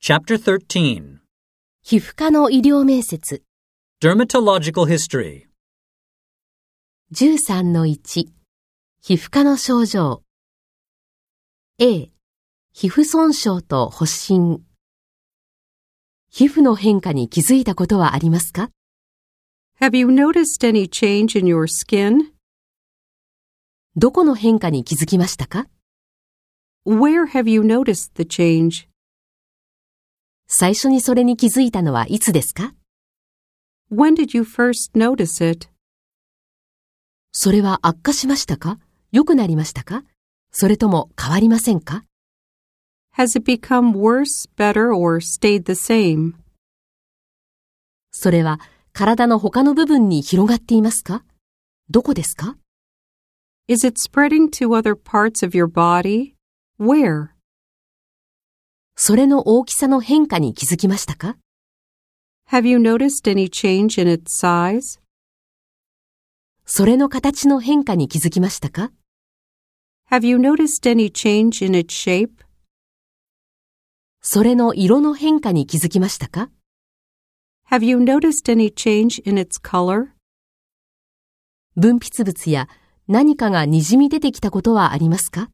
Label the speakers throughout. Speaker 1: Chapter 13
Speaker 2: 皮膚科の医療面接
Speaker 1: Dermatological History
Speaker 2: 13-1皮膚科の症状 A 皮膚損傷と発疹皮膚の変化に気づいたことはありますか
Speaker 3: Have you noticed any change in your skin?
Speaker 2: どこの変化に気づきましたか
Speaker 3: Where have you noticed the change?
Speaker 2: 最初にそれに気づいたのはいつですか
Speaker 3: When did you first notice it?
Speaker 2: それは悪化しましたか良くなりましたかそれとも変わりませんか
Speaker 3: Has it become worse, better, or stayed the same?
Speaker 2: それは体の他の部分に広がっていますかどこですか
Speaker 3: Is it spreading to other parts of your body? Where?
Speaker 2: それの大きさの変化に気づきましたか
Speaker 3: Have you noticed any change in its size?
Speaker 2: それの形の変化に気づきましたか
Speaker 3: Have you noticed any change in its shape?
Speaker 2: それの色の変化に気づきましたか
Speaker 3: Have you noticed any change in its color?
Speaker 2: 分泌物や何かがにじみ出てきたことはありますか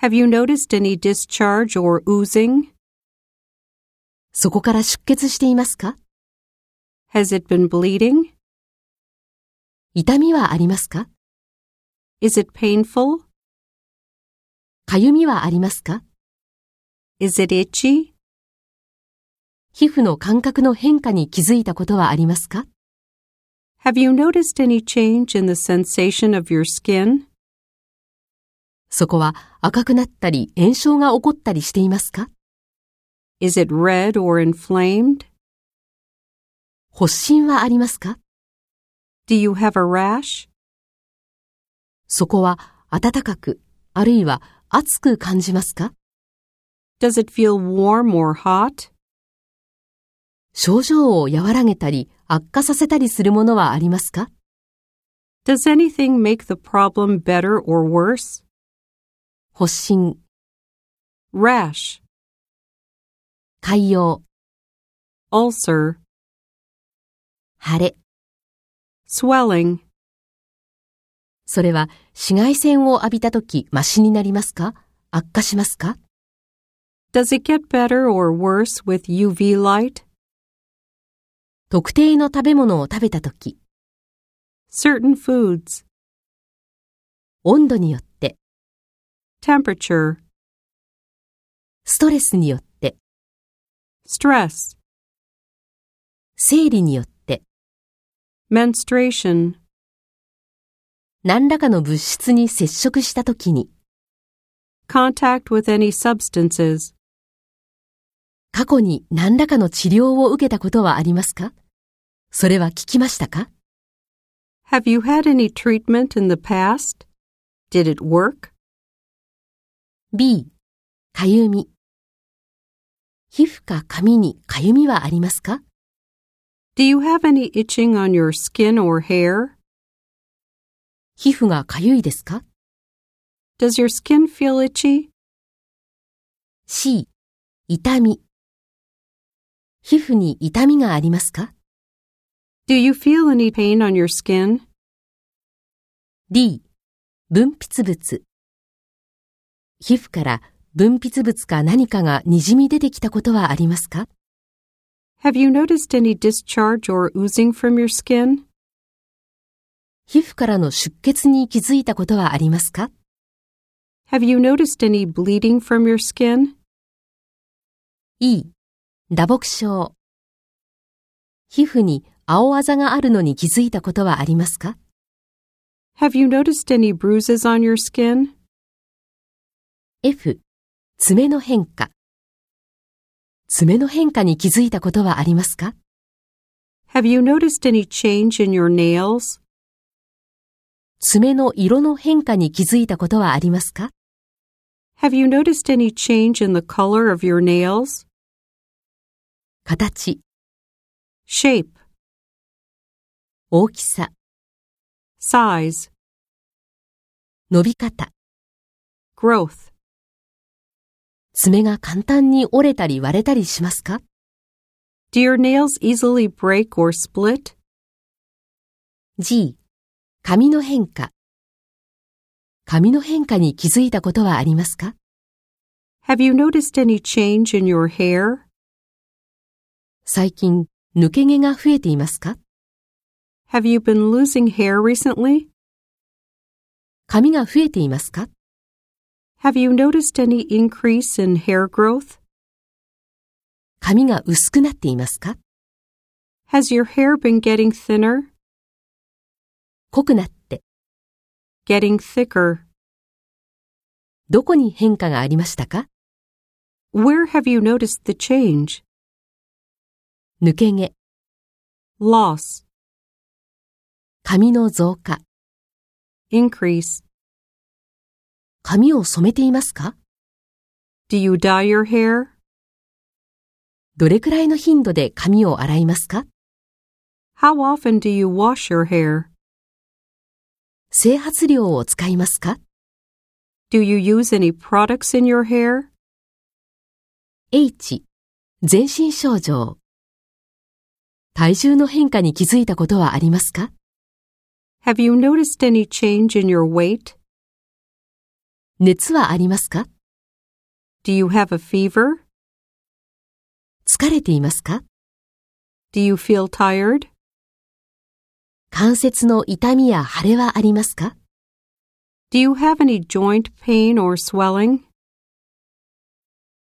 Speaker 3: Have you noticed any discharge or oozing?
Speaker 2: そこから出血していますか
Speaker 3: Has it been bleeding?
Speaker 2: 痛みはありますか
Speaker 3: Is it painful?
Speaker 2: かゆみはありますか
Speaker 3: Is it itchy?
Speaker 2: 皮膚の感覚の変化に気づいたことはありますか
Speaker 3: Have you noticed any change in the sensation of your skin?
Speaker 2: そこは赤くなったり炎症が起こったりしていますか
Speaker 3: Is it red or inflamed?
Speaker 2: 発疹はありますか
Speaker 3: Do you have a rash?
Speaker 2: そこは暖かく、あるいは熱く感じますか
Speaker 3: Does it feel warm or hot?
Speaker 2: 症状を和らげたり悪化させたりするものはありますか
Speaker 3: Does anything make the problem better or worse?
Speaker 2: 発疹、
Speaker 3: Rash,
Speaker 2: 潰瘍、
Speaker 3: ulcer,
Speaker 2: 腫れ。
Speaker 3: swelling.
Speaker 2: それは紫外線を浴びたときマシになりますか悪化しますか
Speaker 3: Does it get better or worse with UV light?
Speaker 2: 特定の食べ物を食べたとき、
Speaker 3: Certain foods,
Speaker 2: 温度によって、
Speaker 3: temperature,
Speaker 2: ストレスによって、
Speaker 3: stress,
Speaker 2: 生理によって、
Speaker 3: menstruation.
Speaker 2: 何らかの物質に接触したときに、
Speaker 3: Contact with any substances.
Speaker 2: 過去に何らかの治療を受けたことはありますかそれは聞きましたか
Speaker 3: Have you had any treatment in the past? Did it work?
Speaker 2: B、かゆみ。皮膚か髪にかゆみはありますか
Speaker 3: Do you have any itching on your skin or hair?
Speaker 2: 皮膚がかゆいですか
Speaker 3: Does your skin feel itchy?
Speaker 2: ?C、痛み。皮膚に痛みがありますか
Speaker 3: Do you feel any pain on your skin?
Speaker 2: ?D、分泌物。皮膚から分泌物か何かがにじみ出てきたことはありますか
Speaker 3: Have you noticed any discharge or oozing from your skin?
Speaker 2: 皮膚からの出血に気づいたことはありますか
Speaker 3: Have you noticed any bleeding from your skin?
Speaker 2: E、打撲症。皮膚に青あざがあるのに気づいたことはありますか
Speaker 3: Have you noticed any bruises on your skin?
Speaker 2: ?F、爪の変化。爪の変化に気づいたことはありますか
Speaker 3: Have you noticed any change in your nails?
Speaker 2: 爪の色の変化に気づいたことはありますか
Speaker 3: Have you noticed any change in the color of your nails?
Speaker 2: 形、
Speaker 3: Shape,
Speaker 2: 大きさ、
Speaker 3: size,
Speaker 2: 伸び方。
Speaker 3: growth.
Speaker 2: 爪が簡単に折れたり割れたりしますか
Speaker 3: Do your nails easily break or split?
Speaker 2: ?G、髪の変化。髪の変化に気づいたことはありますか
Speaker 3: Have you noticed any change in your hair?
Speaker 2: 最近、抜け毛が増えていますか
Speaker 3: Have you been losing hair recently?
Speaker 2: 髪が増えていますか
Speaker 3: Have you noticed any increase in hair growth?
Speaker 2: 髪が薄くなっていますか
Speaker 3: Has your hair been getting thinner?
Speaker 2: 濃くなって、
Speaker 3: Getting thicker?
Speaker 2: どこに変化がありましたか
Speaker 3: Where have you noticed the change?
Speaker 2: 抜け毛、
Speaker 3: Loss?
Speaker 2: 髪の増加、
Speaker 3: Increase?
Speaker 2: 髪を染めていますか
Speaker 3: Do you dye your hair?
Speaker 2: どれくらいの頻度で髪を洗いますか
Speaker 3: How often do you wash your hair?
Speaker 2: 整髪料を使いますか
Speaker 3: Do you use any products in your hair?
Speaker 2: H、全身症状。体重の変化に気づいたことはありますか
Speaker 3: Have you noticed any change in your weight?
Speaker 2: 熱はありますか
Speaker 3: Do you have a fever?
Speaker 2: 疲れていますか
Speaker 3: Do you feel tired?
Speaker 2: 関節の痛みや腫れはありますか
Speaker 3: Do you have any joint pain or swelling?